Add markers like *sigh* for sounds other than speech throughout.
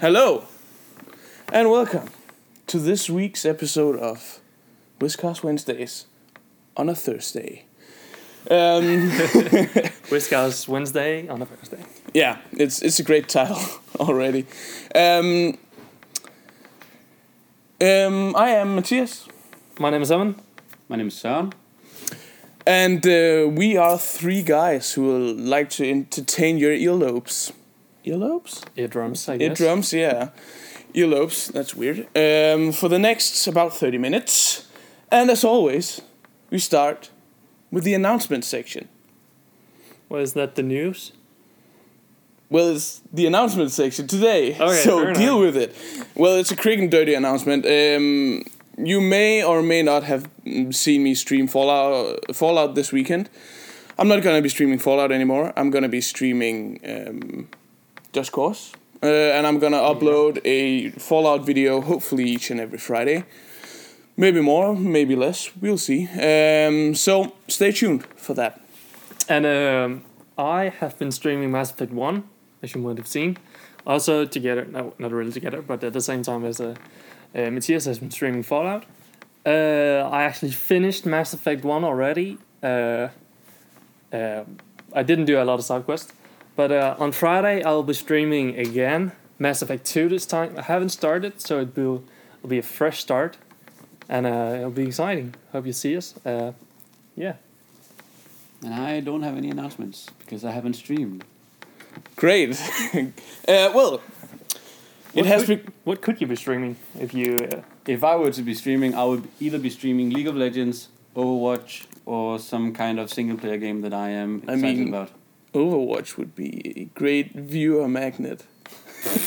Hello, and welcome to this week's episode of Whiskers Wednesdays on a Thursday. Um, Whiskers Wednesday on a Thursday. yeah, it's it's a great title *laughs* already. Um, um, I am Matthias, My name is Evan. My name is Søren. and uh, we are three guys who will like to entertain your earlobes. Earlobes? Eardrums, I Ear guess. drums, yeah. Earlobes, that's weird. Um, for the next about 30 minutes. And as always, we start with the announcement section. Well, is that the news? Well, it's the announcement section today, Okay, so fair deal with it. Well, it's a quick and dirty announcement. Um, you may or may not have mm, seen me stream Fallout, Fallout this weekend. I'm not going to be streaming Fallout anymore. I'm going to be streaming um, Just Cause. Uh, and I'm going to upload a Fallout video, hopefully each and every Friday. Maybe more, maybe less. We'll see. Um, so stay tuned for that. And um, I have been streaming Mass Effect 1, as you might have seen. Also together, no, not really together, but at the same time as uh, uh, Matthias has been streaming Fallout. Uh, I actually finished Mass Effect 1 already. Uh, uh, I didn't do a lot of side quests. But uh, on Friday, I'll be streaming again Mass Effect 2 this time. I haven't started, so it will, will be a fresh start. And uh, it'll be exciting. Hope you see us. Uh, yeah. And I don't have any announcements because I haven't streamed. Great. *laughs* uh, well, it What has been. could, What could you be streaming if you? Uh, If I were to be streaming, I would either be streaming League of Legends, Overwatch, or some kind of single player game that I am I excited mean- about. Overwatch would be a great viewer magnet. *laughs*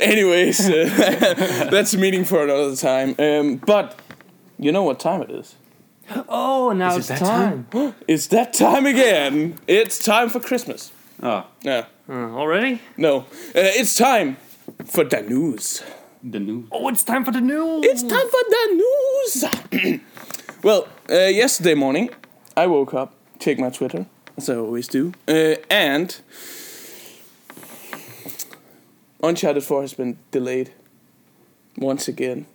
Anyways, uh, *laughs* that's a meeting for another time. Um, but you know what time it is? oh, now Is it it's that time. It's that time again. It's time for Christmas. Ah, No, Uh, already? no, uh, it's time for the news. the news. Oh, it's time for the news. It's time for the news. *clears throat* well, uh, yesterday morning, I woke up, checked my Twitter, as I always do, uh, and Uncharted 4 has been delayed once again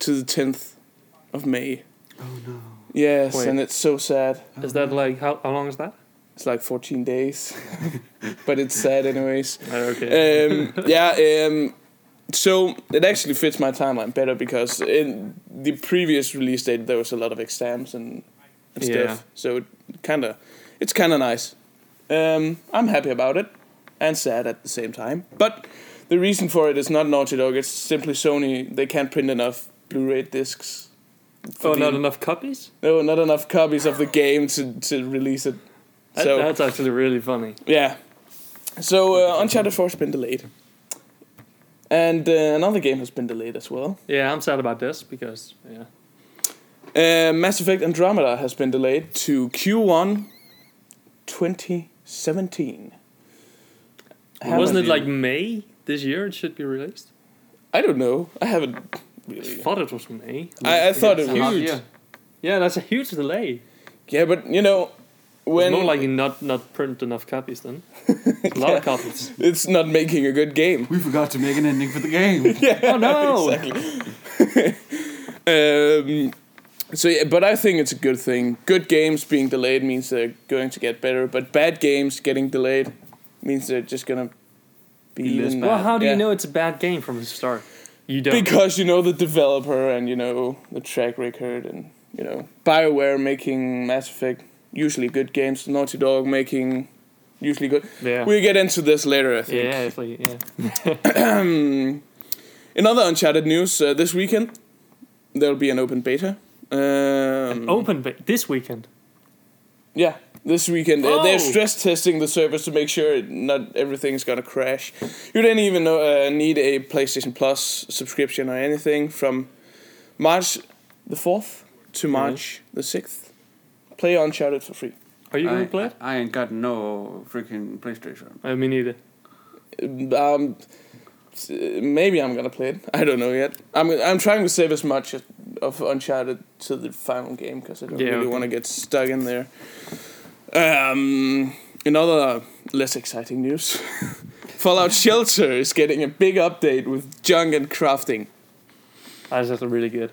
to the 10th of May. Oh no. Yes, Wait. and it's so sad. Is that like how, how long is that? It's like 14 days, *laughs* but it's sad, anyways. okay. um, yeah. Um, so it actually fits my timeline better because in the previous release date there was a lot of exams and, and Yeah. stuff. So it kind of, it's kind of nice. Um, I'm happy about it, and sad at the same time. But the reason for it is not Naughty Dog. It's simply Sony. They can't print enough Blu-ray discs. for oh, the- not enough copies. No, not enough copies of the game to to release it. That, so that's actually really funny. yeah. So uh, Uncharted 4 has been delayed. And uh, another game has been delayed as well. Yeah, I'm sad about this because yeah. Uh, Mass Effect Andromeda has been delayed to Q1 2017. Haven't- Wasn't it you- like May this year? It should be released. I don't know. I haven't I really. thought it was May. I, I thought it It's a half was. year. Yeah, that's a huge delay. Yeah, but you know, When when. more like not not print enough copies then. *laughs* a lot of copies. it's not making a good game. *laughs* We forgot to make an ending for the *laughs* game. Oh no! Um, so yeah, but I think it's a good thing. Good games being delayed means they're going to get better, but bad games getting delayed means they're just gonna be Be less even bad. Well, how do Yeah. you know it's a bad game from the start? You don't. because you know the developer and you know the track record and you know Bioware making Mass Effect usually good games, Naughty Dog making usually good. yeah. We'll get into this later, I think. Yeah, it's like, yeah. In other Uncharted news, uh, this weekend there'll be an open beta. Um, An open ba- this weekend. Yeah, this weekend uh, they're Oh. stress testing the servers to make sure not everything's gonna crash. You don't even know, uh, need a PlayStation Plus subscription or anything from March the fourth to March the sixth. Play Uncharted for free. Are you gonna I, play it? I ain't got no freaking PlayStation. I mean, Oh, neither. Um, s- maybe I'm gonna play it. I don't know yet. I'm I'm trying to save as much of Uncharted to the final game because I don't Yeah, really okay. want to get stuck in there. Um, in other less exciting news, *laughs* Fallout Shelter is getting a big update with junk and crafting. That's just really good.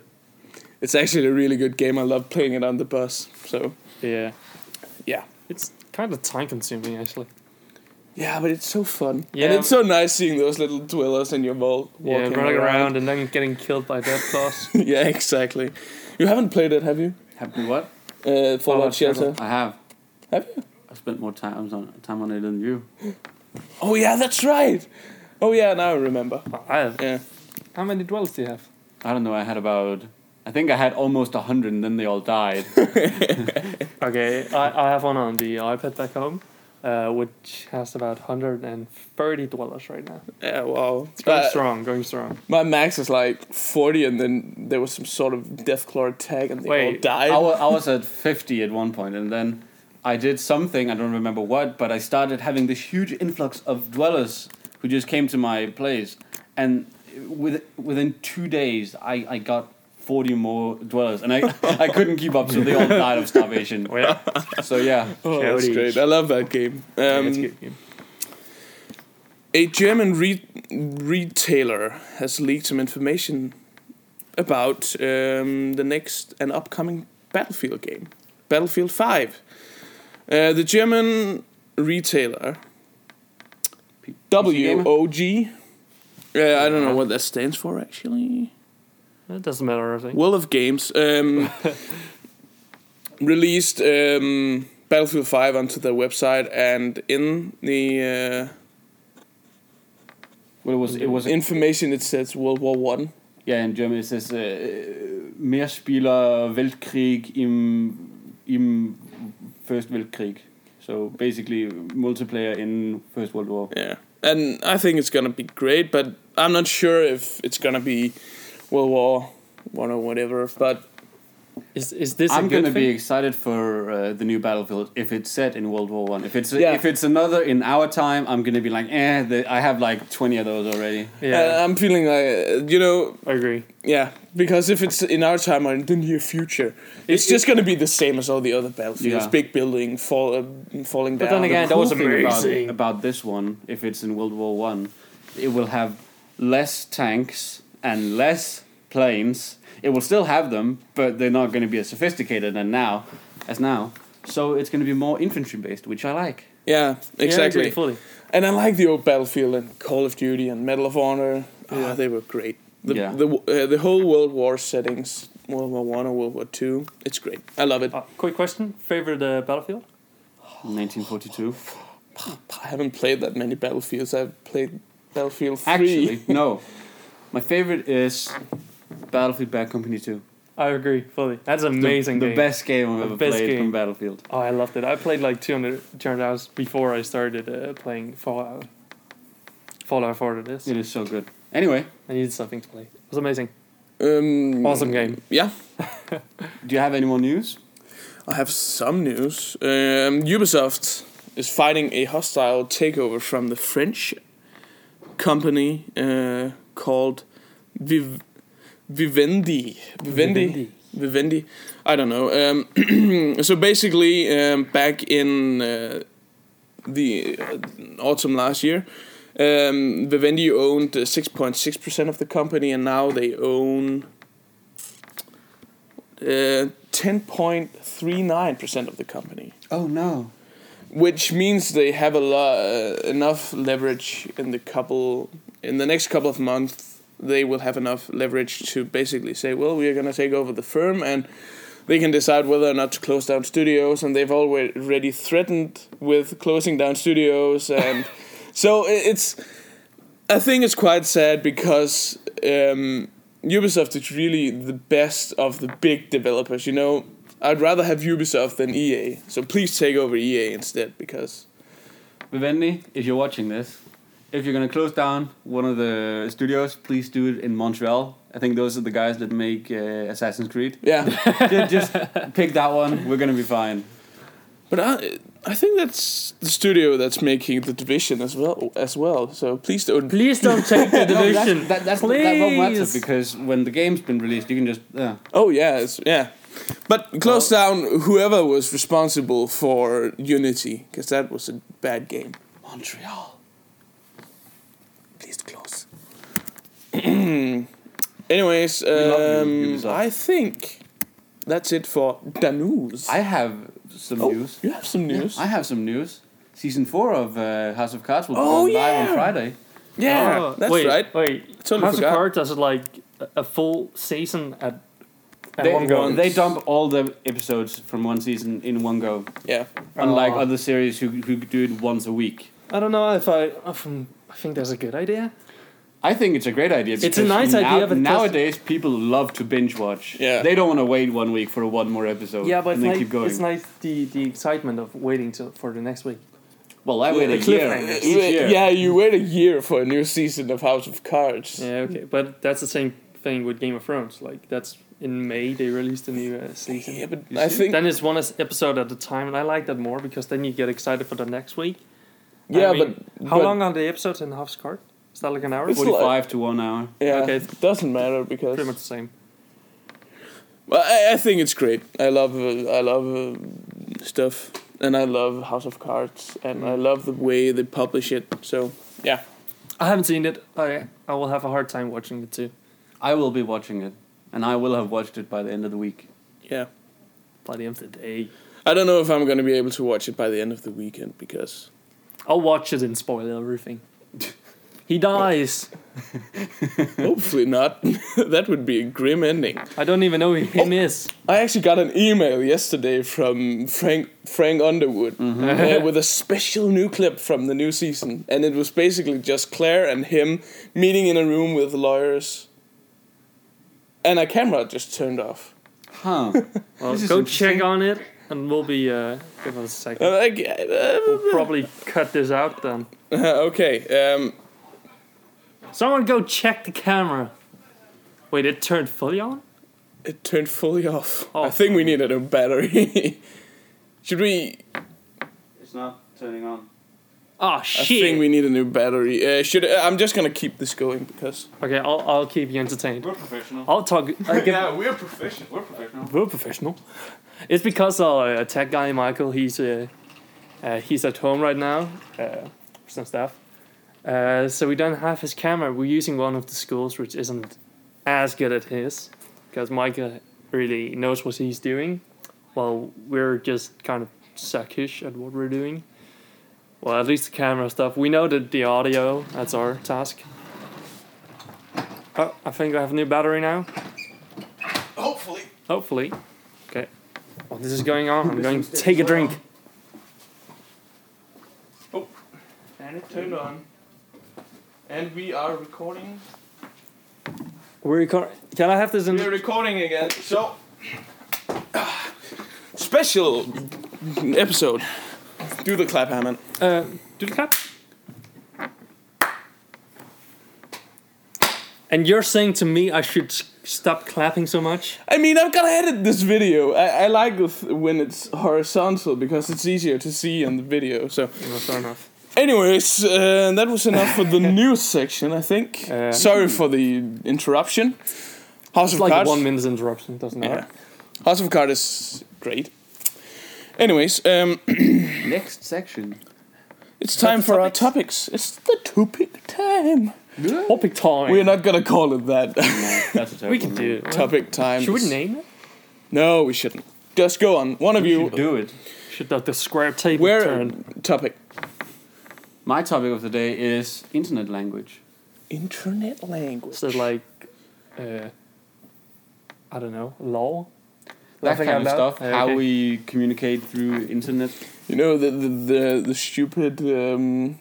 It's actually a really good game. I love playing it on the bus. So Yeah. Yeah. It's kind of time consuming, actually. yeah, but it's so fun. Yeah. and it's so nice seeing those little dwellers in your vault Yeah, walking running around. around. and then getting killed by Death Claws. *laughs* yeah, exactly. You haven't played it, have you? Happened what? Uh, Fallout, Fallout Shelter. Shelter. I have. Have you? I spent more time on time on it than you. Oh yeah, that's right. Oh yeah, now I remember. I have. Yeah. How many dwells do you have? I don't know. I had about. I think I had almost a hundred, and then they all died. Okay, I, I have one on the iPad back home, uh, which has about 130 dwellers right now. Yeah. Wow. Going Uh, strong, going strong. my max is like forty, and then there was some sort of deathclaw tag, and they all Wait, died. I wa- I was at 50 at one point, and then I did something, I don't remember what, but I started having this huge influx of dwellers who just came to my place. And with, within two days, I, I got 40 more dwellers, and I, *laughs* I couldn't keep up, so they all died of starvation. Well, *laughs* So, yeah. oh, that's Coyotes. great. I love that game. Um, it's good game. A German re- retailer has leaked some information about um, the next and upcoming Battlefield game, Battlefield 5. Uh, the German retailer, P- PC gamer? Uh-huh. WOG, uh, I don't know what that stands for actually. It doesn't matter, I think. World of Games *laughs* um, released um, Battlefield 5 onto their website, and in the Well, it was, it uh, was information it says World War One. yeah, in German it says, uh, Mehrspieler Weltkrieg im, im First Weltkrieg. So basically, multiplayer in First World War. Yeah, and I think it's gonna be great, but I'm not sure if it's gonna be World War One or whatever. But Is, is this a I'm good gonna be thing? excited for uh, the new Battlefield if it's set in World War One. If it's Yeah. if it's another in our time, I'm gonna be like, eh. The, I have like twenty of those already. uh, Yeah, I'm feeling like uh, you know, I agree. yeah, because if it's in our time or in the near future, it's just gonna be the same as all the other battlefields: Yeah. big building, fall, uh, falling But down. then again, That was the Cool thing about, thing. about this one. If it's in World War One, it will have less tanks and less planes. It will still have them, but they're not gonna be as sophisticated and now as now. So it's gonna be more infantry based, which I like. yeah, exactly. Yeah, I agree fully. And I like the old Battlefield and Call of Duty and Medal of Honor. Ah, Yeah. they were great. The Yeah. the uh, the whole World War settings, World War One or World War Two, it's great. I love it. Uh, quick question. Favorite uh, battlefield? 1942. I haven't played that many Battlefields. I've played Battlefield Three. Actually, no. My favorite is Battlefield Bad Company 2. I agree fully. That's an The- amazing The game. best game I've The ever best played game. from Battlefield. Oh, I loved it. I played like 200, 200 hours before I started uh, playing Fallout. Fallout 4 to this. It is so good. Anyway, I needed something to play. It was amazing. um, Awesome game. Yeah, do you have any more news? I have some news. Um, Ubisoft is fighting a hostile takeover from the French company uh, called Viv- Vivendi. Vivendi. Vivendi. I don't know. Um, *clears throat* so basically, um, back in uh, the uh, autumn last year, um, Vivendi owned uh, six point six percent of the company, and now they own uh, ten point three nine percent of the company, Oh no. which means they have a lot uh, enough leverage in the couple in the next couple of months. They will have enough leverage to basically say, "Well, we are going to take over the firm," and they can decide whether or not to close down studios. And they've alwa- already threatened with closing down studios, and so i- it's. I think it's quite sad because um, Ubisoft is really the best of the big developers. You know, I'd rather have Ubisoft than EA. So please take over EA instead because Vivendi, if you're watching this, if you're gonna close down one of the studios, please do it in Montreal. I think those are the guys that make uh, Assassin's *laughs* Creed. yeah. Ju- just pick that one. We're gonna be fine. *laughs* but I I think that's the studio that's making the division as well as well. So please don't. *laughs* Please don't take the *laughs* No, that's- division. that, that's, Please. that won't matter because when the game's been released, you can just uh, Oh yeah, it's, yeah. But close down whoever was responsible for Unity because that was a bad game. Montreal. least close. *clears throat* Anyways, love you, um, Ubisoft. I think that's it for the news. I have some oh, news. You have some news. I have some news. Season four of uh, House of Cards will be Oh, live yeah. on Friday. yeah, Oh, that's wait, right. Wait, Totally House forgot. of Cards does it like a- a full season at, at They, one go? Once. they dump all the episodes from one season in one go, Yeah. unlike Aw. other series who who do it once a week. I don't know if I. Often, I think that's a good idea. I think it's a great idea. It's a because nice now- idea, but it doesn't- nowadays people love to binge watch. Yeah. they don't want to wait one week for one more episode. Yeah, but and it's they like, keep going. it's like the, the excitement of waiting till, for the next week. well, I wait a The year. cliffhangers. Each year. Yeah, you wait a year for a new season of House of Cards. Yeah, okay, but that's the same thing with Game of Thrones. Like that's in May they released a new uh, season. Yeah, but You I see? think Then it's one es- episode at a time, and I like that more because then you get excited for the next week. I yeah, mean, but How but- long are the episodes in House Card? Is that like an hour? It's Pretty like- Forty-five to one hour. Yeah, Okay. it doesn't matter because much the same. Well, I, I think it's great. I love uh, I love uh, stuff, and I love House of Cards, and Mm. I love the way they publish it. So yeah, I haven't seen it. I Oh, I will have a hard time watching it too. I will be watching it, and I will have watched it by the end of the week. yeah. By the end of the day, I don't know if I'm gonna be able to watch it by the end of the weekend because *laughs* I'll watch it and spoil everything. he dies. hopefully not. *laughs* that would be a grim ending. I don't even know who him is. I actually got an email yesterday from Frank Frank Underwood uh, with a special new clip from the new season, and it was basically just Claire and him meeting in a room with lawyers, and a camera just turned off. *laughs* Huh? Well, This is go interesting. check on it, and we'll be uh, give us a second. I'm like, uh, *laughs* we'll probably cut this out then. okay, um, Someone go check the camera. Wait, it turned fully on? it turned fully off. I Off. think we needed a battery. *laughs* Should we? it's not turning on. Oh I shit! think we need a new battery. Uh, should I'm just gonna keep this going because okay, I'll, I'll keep you entertained. We're professional. I'll talk. I give, we're professional. We're professional. We're professional. It's because our uh, tech guy Michael, he's uh, uh, he's at home right now uh, for some stuff. Uh, so we don't have his camera. We're using one of the schools, which isn't as good at his, because Michael really knows what he's doing, while we're just kind of suckish at what we're doing. Well, at least the camera stuff. We know that the audio. That's our task. Oh, I think I have a new battery now. hopefully. Hopefully. Okay. While this is going on, I'm going to *laughs* take a drink. Oh. And it Turned on. And we are recording. We're recording. Can I have this in? We're recording again. So. *sighs* Special episode. Do the clap, Hammond. Uh, do the clap. And you're saying to me I should s- stop clapping so much? I mean, I've gotta edit this video. I, I like with- when it's horizontal because it's easier to see on the video. So, Well, fair enough. anyways, uh, that was enough for the news section, I think. Uh, Sorry for the interruption. House It's of like Cards. one minute interruption, doesn't it? Yeah. House of Cards is great. Anyways, um, Next section. It's time for our topics. It's the topic time. Topic time. We're not gonna call it that. *laughs* No, that's a terrible We can do it. topic time. Should we is- name it? No, we shouldn't. Just go on. One of You you. do it. Should that the square table Where turn? topic? My topic of the day is internet language. Internet language. So like, uh, I don't know, law. That Laughing kind out of loud? stuff. Yeah, How okay. we communicate through internet. You know the the the, the stupid um,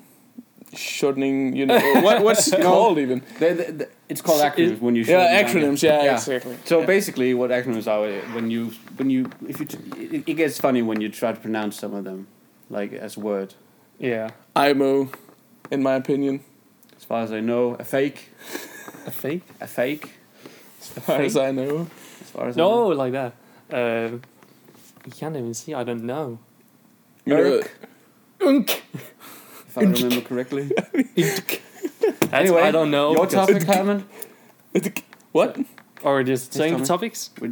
shortening. You know what what's it called even? They, they, they- it's called S- acronyms it- when you. show Yeah, them language. acronyms. Yeah, exactly. So yeah. basically, what acronyms are uh, when you when you if you t- it, it gets funny when you try to pronounce some of them, like as word. Yeah, IMO, in my opinion, As far as I know, a fake, a fake. a fake. as far *laughs* as I know. As far as No, like that. Um, you can't even see. I don't know. You know, Irk. Unk. I know, if I remember correctly. anyway, I don't know. Your because- topic, Herman. what? *laughs* Or just Your saying the topic. topics. *laughs* We're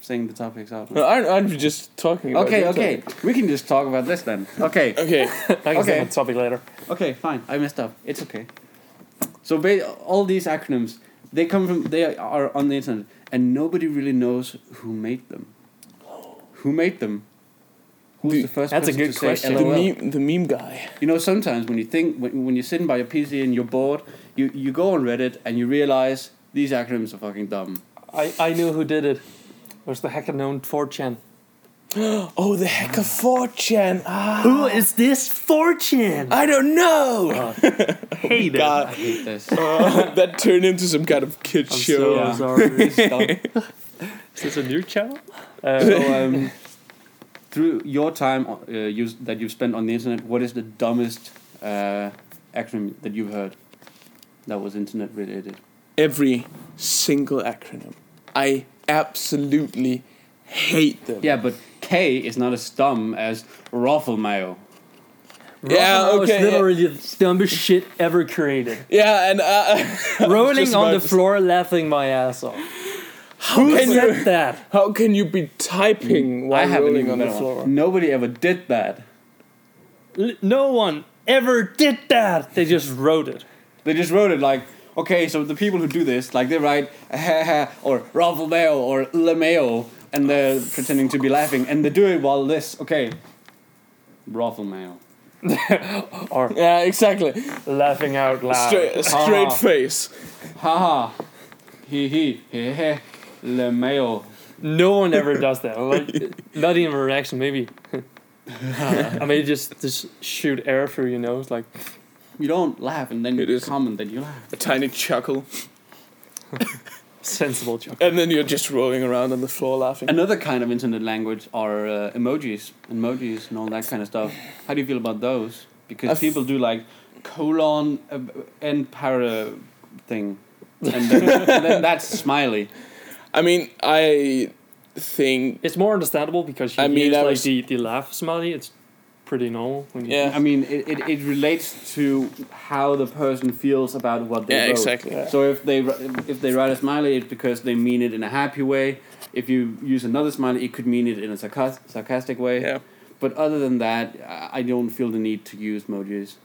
saying the topics out. No, aren't, aren't we just talking? About Okay, your okay. topic? We can just talk about this then. Okay, Okay. I can Okay. say the topic later. okay, fine. I messed up. It's okay. So ba- all these acronyms, they come from they are on the internet, and nobody really knows who made them. Who made them? Who's The- the, first That's a person good to say question. The LOL? meme, the meme guy. You know, sometimes when you think when, when you're sitting by your PC and you're bored, you, you go on Reddit and you realize these acronyms are fucking dumb. I, I knew who did it. It was the hacker known 4chan. Oh, the heck of fortune. Ah, Who is this 4chan? I don't know. *laughs* hate God, I hate *laughs* this. that turned into some kind of kid *laughs* I'm show. so Yeah. sorry. It's dumb. *laughs* is this a new channel? Uh, so, um, through your time uh, you, that you've spent on the internet, what is the dumbest uh, acronym that you've heard that was internet related? Every single acronym. I absolutely hate them. Yeah, but K is not as dumb as Raffle Mayo. Yeah, Rolling okay, is literally the dumbest shit ever created. Yeah, and uh, *laughs* Rolling about on the to- floor, laughing my ass off. how Who can you said that? Mm. how can you be typing while rolling on the better one. floor? Nobody ever did that. L- No one ever did that. They just wrote it. They just wrote it like, okay, so the people who do this, like they write *laughs* or Raffle Mayo or Lemeo, and they're pretending to be laughing, and they do it while this, okay, Raffle Mayo. Or Yeah, exactly. laughing out loud. Straight, straight Ah. Uh-huh. face. Haha. He he he he. Le mayo. No one *laughs* ever does that. Like, not even a reaction, maybe. *laughs* I mean, just just shoot air through your nose, like You don't laugh and then It you is- comment that you laugh. A tiny chuckle, sensible joke. and then you're just rolling around on the floor laughing. Another kind of internet language are uh, emojis, emojis and all that kind of stuff. How do you feel about those? Because I've- people do like colon uh, and para thing, and *laughs* then, and then that's smiley. I mean, I think It's more understandable because you I I mean, I like was- the, the laugh smiley. It's pretty normal. When you Yeah. I mean, it, it, it relates to how the person feels about what they yeah, wrote. exactly. Yeah. So if they if they write a smiley, it's because they mean it in a happy way. If you use another smiley, it could mean it in a sarcastic, sarcastic way. Yeah. But other than that, I I don't feel the need to use emojis.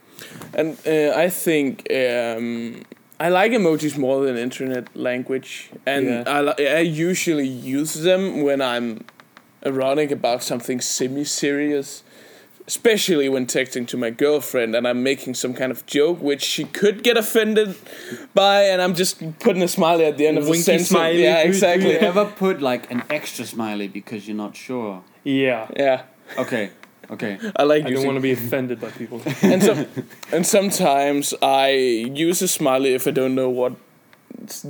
And uh, I think um, I like emojis more than internet language, and Yeah. I li- I usually use them when I'm ironic about something semi-serious, especially when texting to my girlfriend and I'm making some kind of joke which she could get offended by, and I'm just putting a smiley at the end of the Winky sentence. smiley. Yeah, Do you exactly. ever put like an extra smiley because you're not sure? yeah. Yeah, Okay, okay. I like I using don't want to *laughs* be offended by people. and some, and sometimes I use a smiley if I don't know what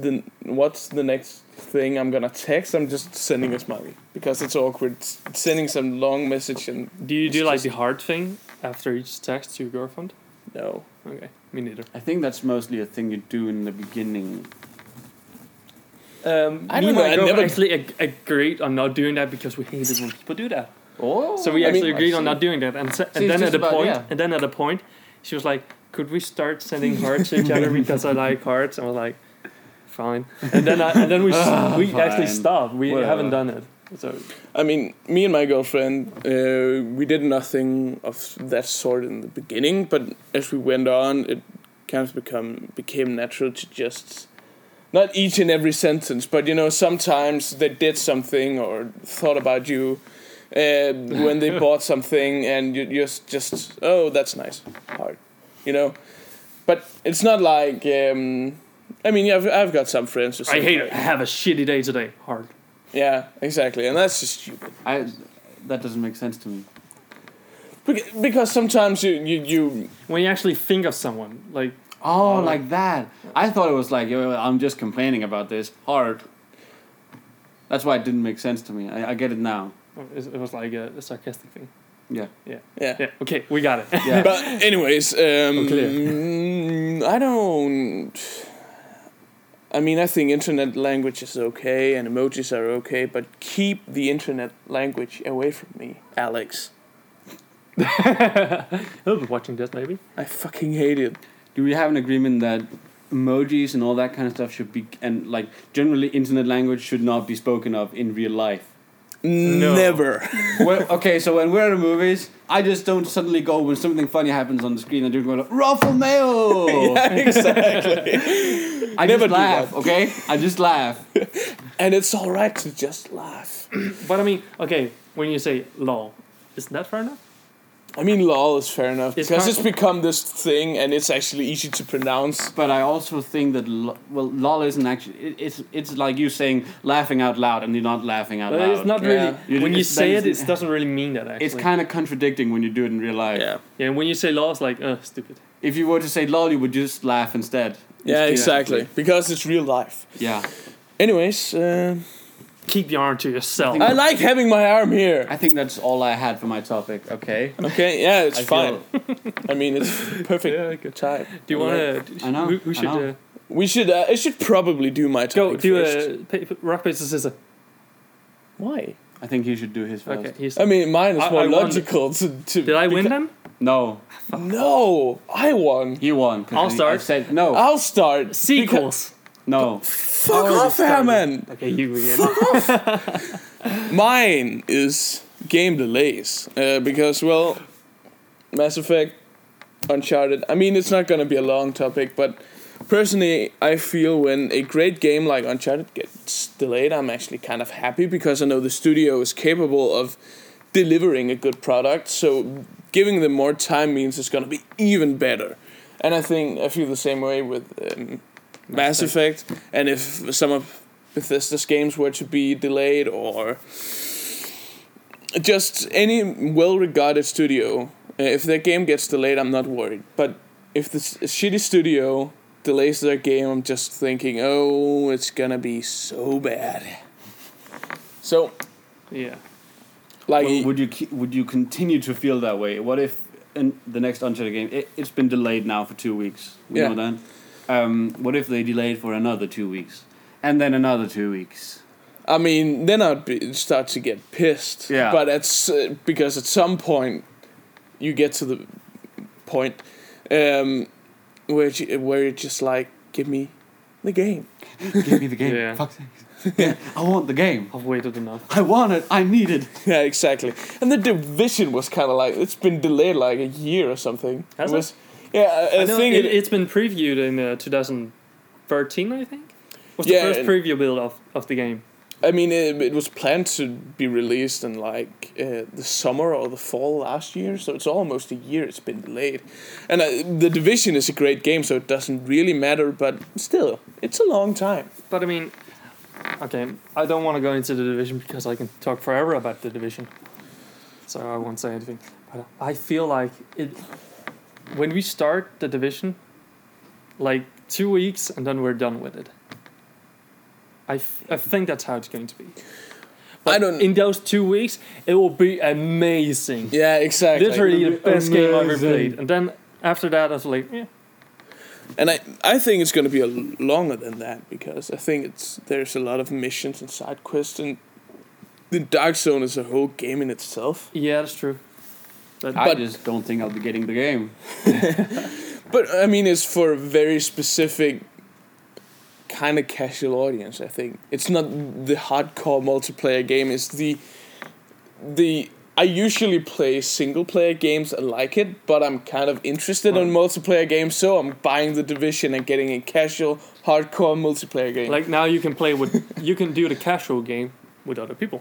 the what's the next thing I'm gonna text. I'm just sending a smiley because it's awkward s- sending some long message and Do you do It's like just- the hard thing after each text to your girlfriend? no. Okay, me neither. I think that's mostly a thing you do in the beginning. Um, I me don't and know, my I girlfriend never- actually ag- agreed on not doing that because we hated when people do that. Oh, So we I mean- actually agreed I on see. not doing that, and, se- So it's and then at just a about- point- yeah. and then at a point, she was like, "Could we start sending hearts to each other because I like hearts?" And I was like, "Fine." And then I, and then *laughs* we s we actually Ah, Fine. stopped. We Whatever. haven't done it. So I mean, me and my girlfriend, uh, we did nothing of that sort in the beginning, but as we went on, it kind of become became natural to just not each and every sentence, but you know, sometimes they did something or thought about you uh, *laughs* when they bought something, and you just just oh, that's nice, hard, you know. But it's not like um, I mean, yeah, I've I've got some friends. who I say, hate it. I have a shitty day today. Hard. Yeah, exactly, and that's just stupid. I, that doesn't make sense to me. Beca- Because sometimes you, you, you When you actually think of someone, like Oh, Oh. like that. I thought it was like, yo, I'm just complaining about this hard. That's why it didn't make sense to me. I, I get it *laughs* now. it it was like a, a sarcastic thing. Yeah. yeah. Yeah. Okay, we got *laughs* it. Yeah. But anyways, um, clear. mm, I don't. I mean, I think internet language is okay and emojis are okay, but keep the internet language away from me, Alex. He'll be watching this maybe. I fucking hate it. Do we have an agreement that emojis and all that kind of stuff should be, and like generally internet language should not be spoken of in real life? Never. Well, *laughs* okay, so when we're at movies, I just don't suddenly go when something funny happens on the screen. I do go like, "Ruffle *laughs* mayo." yeah, exactly. *laughs* I never just do laugh. that. Okay, I just laugh. and it's all right to just laugh. But I mean, okay, when you say lol, isn't that fair enough? I mean, lol is fair enough It's because not- it's become this thing, and it's actually easy to pronounce. But I also think that lo- well, lol isn't actually. It, it's it's like you saying laughing out loud and you're not laughing out But loud. it's not Yeah. really. You- when you it's- say that it, is- it doesn't really mean that actually. It's kind of contradicting when you do it in real life. Yeah, when you say lol, it's like, uh, stupid. If you were to say lol, you would just laugh instead. Yeah, Instead. exactly. Because it's real life. Yeah. Anyways, uh, Keep the arm to yourself. I like having my arm here. I think that's all I had for my topic. Okay. Okay, yeah, it's I fine. feel- I mean, *laughs* it's perfect Yeah, good. type. Do you want to? I know, We, we I should know. uh, We should. Uh, I should probably do my go topic do first. a paper, rock paper scissors. Why? I think you should do his first. Okay, here's. I mean, mine is I- more I won. logical. To, to Did I win beca- them? No, No, I won. he won. 'cause I'll he- I start. said no. I'll start. Sequels. no. Beca- fuck Already off, started. Hammond. Okay, you again. Mine is game delays uh, because well, Mass Effect, Uncharted. I mean, it's not gonna be a long topic, but personally, I feel when a great game like Uncharted gets delayed, I'm actually kind of happy because I know the studio is capable of delivering a good product. So giving them more time means it's gonna be even better. And I think I feel the same way with um, Mass Effect. And if some of Bethesda's games were to be delayed or just any well-regarded studio, uh, if their game gets delayed, I'm not worried. But if this shitty studio delays their game, I'm just thinking, oh, it's gonna be so bad. So, yeah. like, Well, would you ke- would you continue to feel that way? What if in the next Uncharted game it, it's been delayed now for two weeks? We Yeah. know that. Um, what if they delayed for another two weeks, and then another two weeks? I mean, then I'd be, start to get pissed. Yeah. But it's uh, because at some point you get to the point um, where you, where you're just like, give me the game. Give me the game. Yeah. Fuck sakes. *laughs* I want the game. I've waited enough. I want it. I need it. yeah, exactly. And the division was kind of like it's been delayed like a year or something. Has it? was, Yeah, I, I No, think it, it, has been previewed in uh, 2013, I think. Was Yeah, the first and- preview build of, of the game. I mean, it, it was planned to be released in like uh, the summer or the fall last year, so it's almost a year it's been delayed. And uh, The Division is a great game, so it doesn't really matter, but still, it's a long time. But I mean, okay, I don't want to go into the division because I can talk forever about the division. So I won't say anything. But I feel like it. When we start the division, like two weeks and then we're done with it. I, f- I think that's how it's going to be. I don't. In those two weeks, it will be amazing. yeah, exactly. Literally the best game I've ever Amazing. played. And then after that, I was like, eh. And I, I think it's going to be a l- longer than that because I think it's there's a lot of missions and side quests and the Dark Zone is a whole game in itself. yeah, that's true. But, I But- just don't think I'll be getting the game. But I mean, it's for a very specific kind of casual audience. I think it's not the hardcore multiplayer game. It's the the I usually play single player games. I like it, but I'm kind of interested Um, in multiplayer games, so I'm buying the Division and getting a casual hardcore multiplayer game. Like now you can play with you can do the casual game with other people.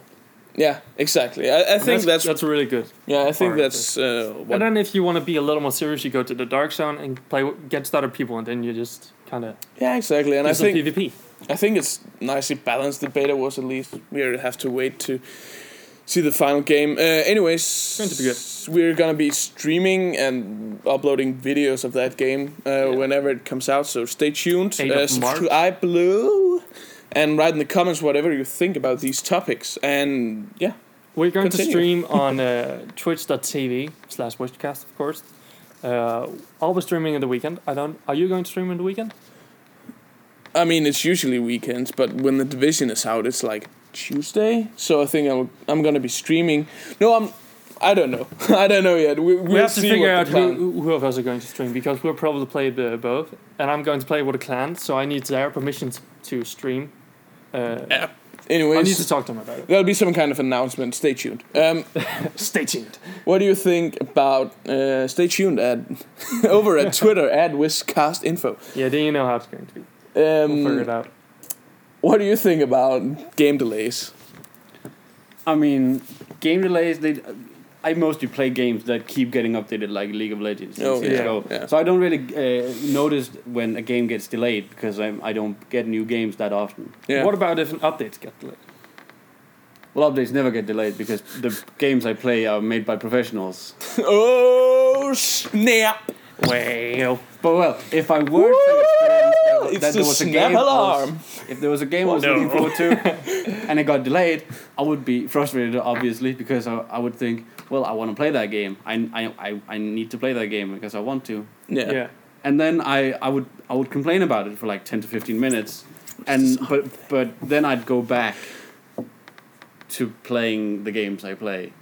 Yeah, exactly. I, I think that's, that's really good. yeah. I think part of that's uh, And what, then if you want to be a little more serious, you go to the dark zone and play with- against other people, and then you just kind of yeah, exactly. And do I some think PvP. I think it's nicely balanced. The beta was at least we have to wait to see the final game. Uh, anyways, Going to be good. We're gonna be streaming and uploading videos of that game uh, whenever it comes out. So stay tuned. Eighth uh, of subscribe below and write in the comments whatever you think about these topics. And yeah, We're going to Continue. *laughs* stream on uh, twitch.tv slash wishcast, of course. Uh, I'll be streaming in the weekend. I don't. Are you going to stream in the weekend? I mean it's usually weekends, but when the division is out, it's like Tuesday. So I think I'm I'm gonna be streaming. No, I'm. I don't know. *laughs* I don't know yet. We, We we'll have to see figure what out the plan- who, who of us are going to stream because we'll probably play the both, and I'm going to play with a clan, so I need their permission to stream. Uh, Yeah. I need to Anyways, talk to him about it. there'll be some kind of announcement. Stay tuned. *laughs* Um, Stay tuned. what do you think about? Uh, stay tuned at *laughs* over at Twitter at Wiscastinfo. Yeah, then you know how it's going to be. We'll figure it Um, out. what do you think about game delays? I mean, game delays. They, I mostly play games that keep getting updated, like League of Legends. and Oh, yeah, CS:GO. yeah. So I don't really uh, notice when a game gets delayed because I'm, I don't get new games that often. Yeah. What about if an update gets delayed? Well, updates never get delayed because the games I play are made by professionals. *laughs* oh snap! Well, But well, if I were to experience that, It's the that there was a snap game, I was- alarm. if there was a game I was No. looking forward to, and it got delayed, I would be frustrated, obviously, because I, I would think, well, I want to play that game. I, I, I, I need to play that game because I want to. Yeah. yeah. And then I, I would I would complain about it for like ten to fifteen minutes, and but but then I'd go back to playing the games I play.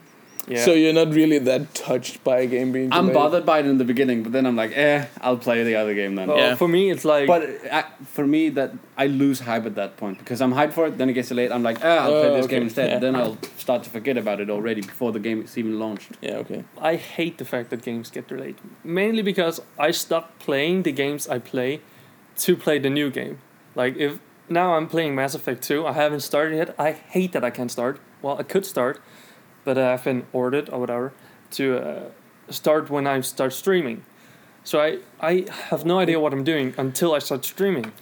Yeah. So you're not really that touched by a game being I'm delayed. bothered by it in the beginning, but then I'm like, eh, I'll play the other game then. Well, Yeah. For me, it's like. But I, for me, that I lose hype at that point because I'm hyped for it. Then it gets late. I'm like, ah, I'll play Oh, this okay, game instead. yeah. Then I'll start to forget about it already before the game is even *laughs* launched. Yeah. Okay. I hate the fact that games get delayed. Mainly because I stop playing the games I play to play the new game. Like if now I'm playing Mass Effect 2, I haven't started yet. I hate that I can't start. Well, I could start, but I've been ordered or whatever to uh, start when I start streaming. So I, I have no idea what I'm doing until I start streaming.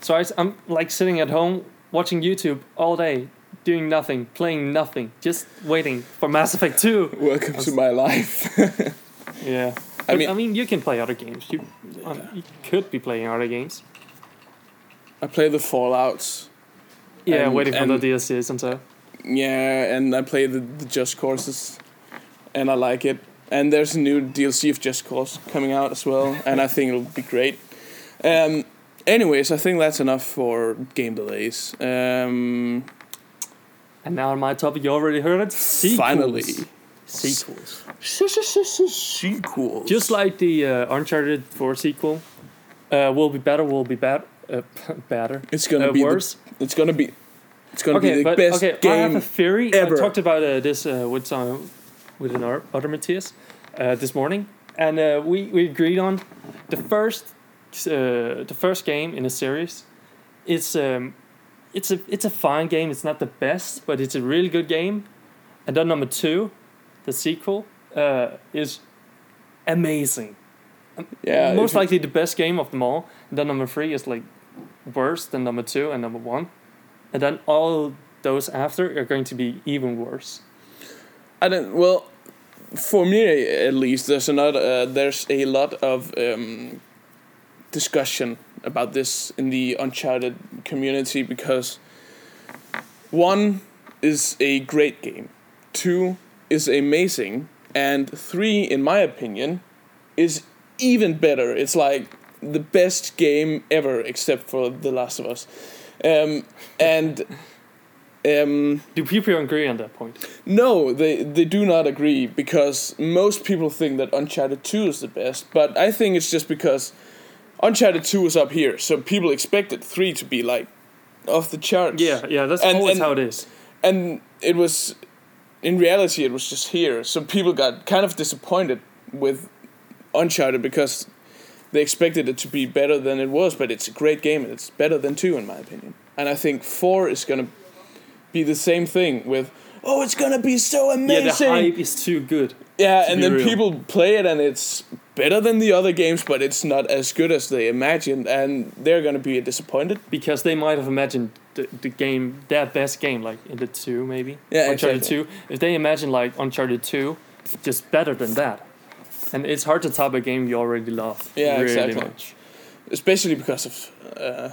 So I, am like sitting at home watching YouTube all day, doing nothing, playing nothing, just waiting for Mass Effect 2. Welcome to my life. Yeah. I I mean- mean, I mean, you can play other games. You, um, you could be playing other games. I play the Fallout's. Yeah, And- Uh, waiting for and- the DLCs and so. Yeah, and I play the, the Just Causes, and I like it. And there's a new DLC of Just Cause coming out as well, and I think it'll be great. Um, anyways, I think that's enough for game delays. Um, And now on my topic, you already heard it. Sequels. Finally. Sequels. sequels. Just like the uh, Uncharted 4 sequel, uh, will be better, will be bad, uh, *laughs* better, it's gonna uh, be worse. The, it's gonna be it's gonna okay, be the but best okay, I have game. a theory. ever. I talked about uh, this uh, with some with an ar- other Matthias uh, this morning, and uh, we we agreed on the first uh, the first game in a series. It's um, it's a it's a fine game. It's not the best, but it's a really good game. And then number two, the sequel, uh, is amazing. yeah, Most if- likely the best game of them all. And then number three is like worse than number two and number one. And then all those after are going to be even worse. I don't. Well, for me at least, there's another. Uh, there's a lot of um, discussion about this in the Uncharted community because one is a great game, two is amazing, and three, in my opinion, is even better. It's like the best game ever, except for The Last of Us, um, and. Um, Do people agree on that point? no, they they do not agree because most people think that Uncharted 2 is the best, but I think it's just because Uncharted 2 is up here, so people expected 3 to be like off the charts. Yeah, yeah, that's And- always and- how it is. And it was in reality it was just here. So people got kind of disappointed with Uncharted because they expected it to be better than it was, but it's a great game and it's better than 2 in my opinion. And I think 4 is going to be the same thing with Oh, it's gonna be so amazing! Yeah, the hype is too good. Yeah, to and be then real. people play it, and it's better than the other games, but it's not as good as they imagined, and they're gonna be disappointed. Because they might have imagined the, the game, their best game, like in the 2 maybe. Yeah, Uncharted exactly. 2. If they imagine like Uncharted 2, just better than that. And it's hard to top a game you already love. Yeah, really exactly. Much. Especially because of uh,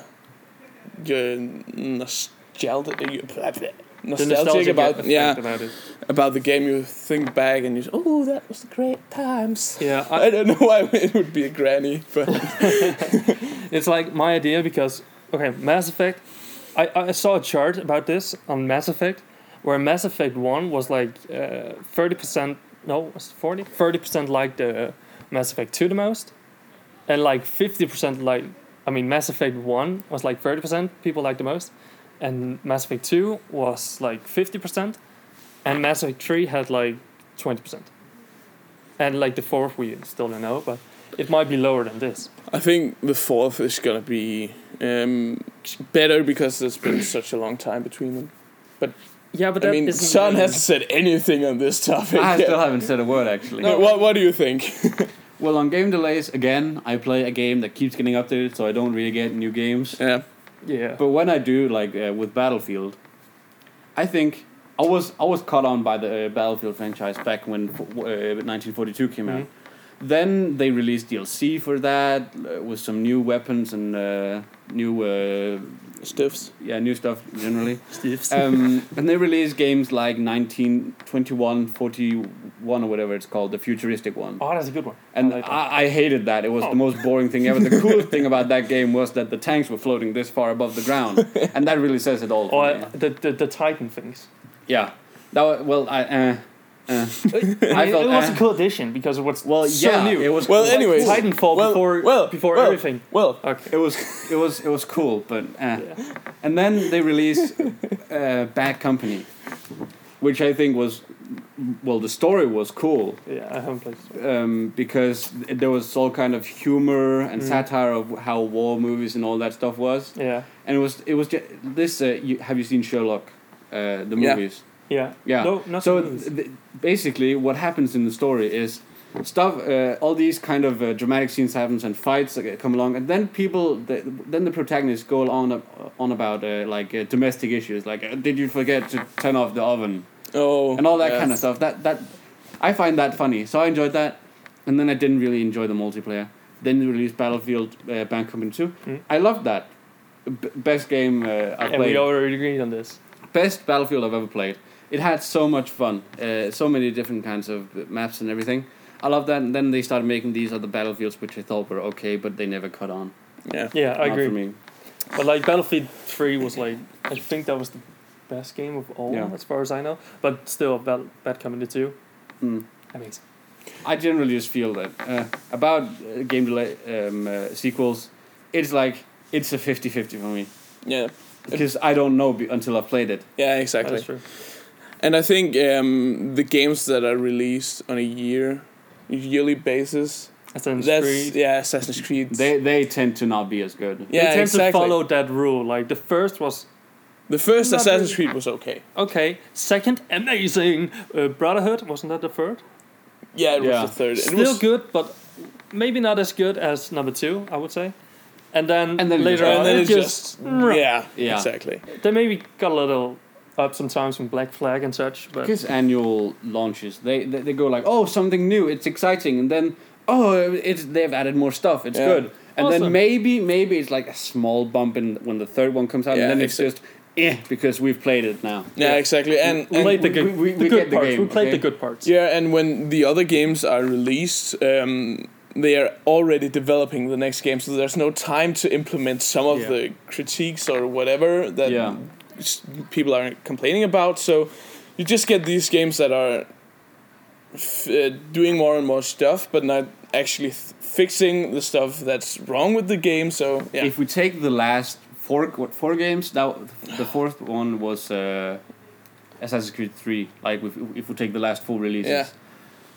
your nostalgia, your blah, blah, The nostalgic nostalgic about effect yeah about it. about the game. You think back and you say, "Oh, that was the great times." Yeah, I- I don't know *laughs* why it would be a granny, but It's like my idea because okay, Mass Effect. I, I saw a chart about this on Mass Effect, where Mass Effect One was like uh, thirty percent. No, was forty. Thirty percent like the Mass Effect Two the most, and like fifty percent like I mean Mass Effect One was like thirty percent people like the most, and Mass Effect 2 was like 50%, and Mass Effect 3 had like 20%. And like the fourth, we still don't know, but it might be lower than this. I think the fourth is gonna be um, better because there's been such a long time between them. Yeah, but I that mean, isn't Sean really- hasn't said anything on this topic. I yet. still haven't said a word actually. No, what What do you think? Well, on game delays, again, I play a game that keeps getting updated, so I don't really get new games. Yeah, Yeah. But when I do, like uh, with Battlefield, I think I was I was caught on by the uh, Battlefield franchise back when uh, 1942 came out. Mhm. Then they released DLC for that uh, with some new weapons and uh, new uh, stiffs. yeah new stuff generally. Steve's. um, and they released games like 19, 21, 41 or whatever it's called, the futuristic one. oh, that's a good one. And I like that. I, I hated that. It was Oh. the most boring thing ever. The coolest thing about that game was that the tanks were floating this far above the *laughs* ground, and that really says it all. or For me. uh, the, the the Titan things. Yeah, that was, well, I uh, I uh, mean, felt, it was uh, a cool addition because it was well, so yeah, new. it was Well, cool. anyways, Titanfall well, before well, before well, everything. Well, Okay. it was it was it was cool, but uh. and then they released uh, Bad Company, which I think was well, the story was cool. Yeah, I haven't played. this one. um, because there was all kind of humor and Mm. satire of how war movies and all that stuff was, Yeah, and it was it was ju- this. Uh, you, have you seen Sherlock, uh, the Yeah. movies? yeah, Yeah. No, not so the movies. th- th- basically, what happens in the story is stuff. Uh, all these kind of uh, dramatic scenes happens and fights uh, come along, and then people, the, then the protagonists go on ab- on about uh, like uh, domestic issues, like uh, did you forget to turn off the oven? oh, and all that yeah. kind of stuff. That that I find that funny, so I enjoyed that. And then I didn't really enjoy the multiplayer. Then they released Battlefield uh, Bad Company Two. Mm. I loved that. B- best game uh, and I've we played. already agreed on this. Best Battlefield I've ever played. It had so much fun. Uh, so many different kinds of maps and everything. I love that. And then they started making these other battlefields, which I thought were okay, but they never caught on. Yeah. Yeah, I Not agree. For me. But like Battlefield Three was like, I think that was the best game of all, Yeah. as far as I know. But still, Bad Bad Company Two, Mm. amazing. I generally just feel that uh, about uh, game delay um, uh, sequels, it's like it's a 50-50 for me. Yeah, because I don't know be- until I've played it. yeah, That exactly. is true. And I think um, the games that are released on a year, yearly basis, Assassin's that's Creed. yeah, Assassin's Creed. They they tend to not be as good. yeah, they tend exactly. to follow that rule. Like the first was the first Not Assassin's really. Creed was okay. okay, second amazing. Uh, Brotherhood wasn't that the third? Yeah, it Yeah. was the third. It Still was, good, but maybe not as good as number two. I would say. And then, And then it later just- on, and then it it just yeah, Yeah. exactly. They maybe got a little up sometimes from Black Flag and such, but Because annual launches, they, they they go like, oh, something new, it's exciting, and then oh, it's they've added more stuff, it's Yeah. good, and then Awesome. maybe maybe it's like a small bump in when the third one comes out, Yeah, and then it's exa- just eh because we've played it now. Yeah, Yeah. exactly. And, we and played the we- good, we- the we good get the parts. game, we played okay? the good parts. Yeah, and when the other games are released, um, they are already developing the next game, so there's no time to implement some of Yeah. the critiques or whatever that Yeah. s- people are complaining about. So you just get these games that are f- uh, doing more and more stuff, but not actually th- fixing the stuff that's wrong with the game. So yeah, If we take the last four what, four games, now the fourth one was uh, Assassin's Creed Three. Like if, if we take the last four releases, Yeah.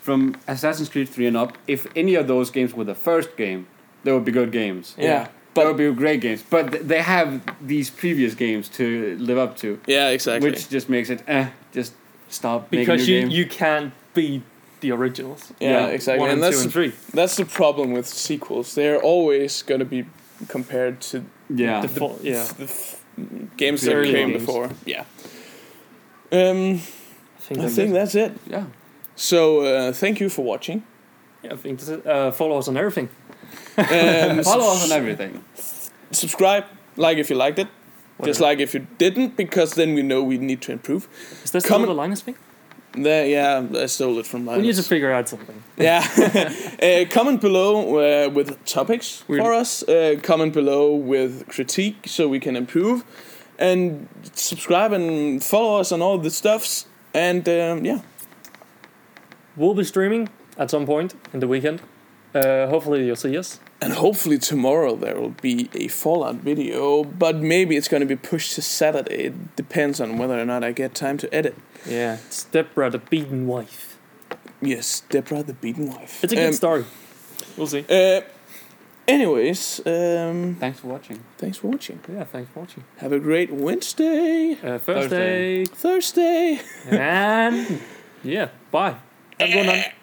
from Assassin's Creed Three and up, if any of those games were the first game, they would be good games. yeah, That would be great games, but th- they have these previous games to live up to, yeah, exactly. which just makes it eh, just stop because making you, new game. you can't beat the originals. yeah, yeah, exactly. One And and, two that's and three. that's the problem with sequels. They're always gonna be compared to yeah, The full, yeah, the f- games that Early came games. before. Yeah. Um, I think, I that's think it. that's it. yeah. So uh, thank you for watching. Yeah, I think that's it. Uh, follow us on everything. Um, Follow us on everything. subscribe, like if you liked it, Whatever. dislike if you didn't, because then we know we need to improve. Is that still comment- the Linus thing? There, yeah, I stole it from We need to *laughs* Linus. figure out something. yeah, *laughs* uh, comment below uh, with topics Weird. for us. Uh, comment below with critique so we can improve, and subscribe and follow us on all the stuffs. And um, yeah, We'll be streaming at some point in the weekend. Uh, hopefully you'll see us. And hopefully tomorrow there will be a Fallout video, but maybe it's going to be pushed to Saturday. It depends on whether or not I get time to edit. Yeah, it's Deborah, the beaten wife. Yes, Deborah the Beaten Wife. It's a good Um, story. We'll see. Uh, anyways, um, Thanks for watching. thanks for watching. Yeah, thanks for watching. Have a great Wednesday, Uh, Thursday, *laughs* Thursday. and yeah, bye. Have a good night.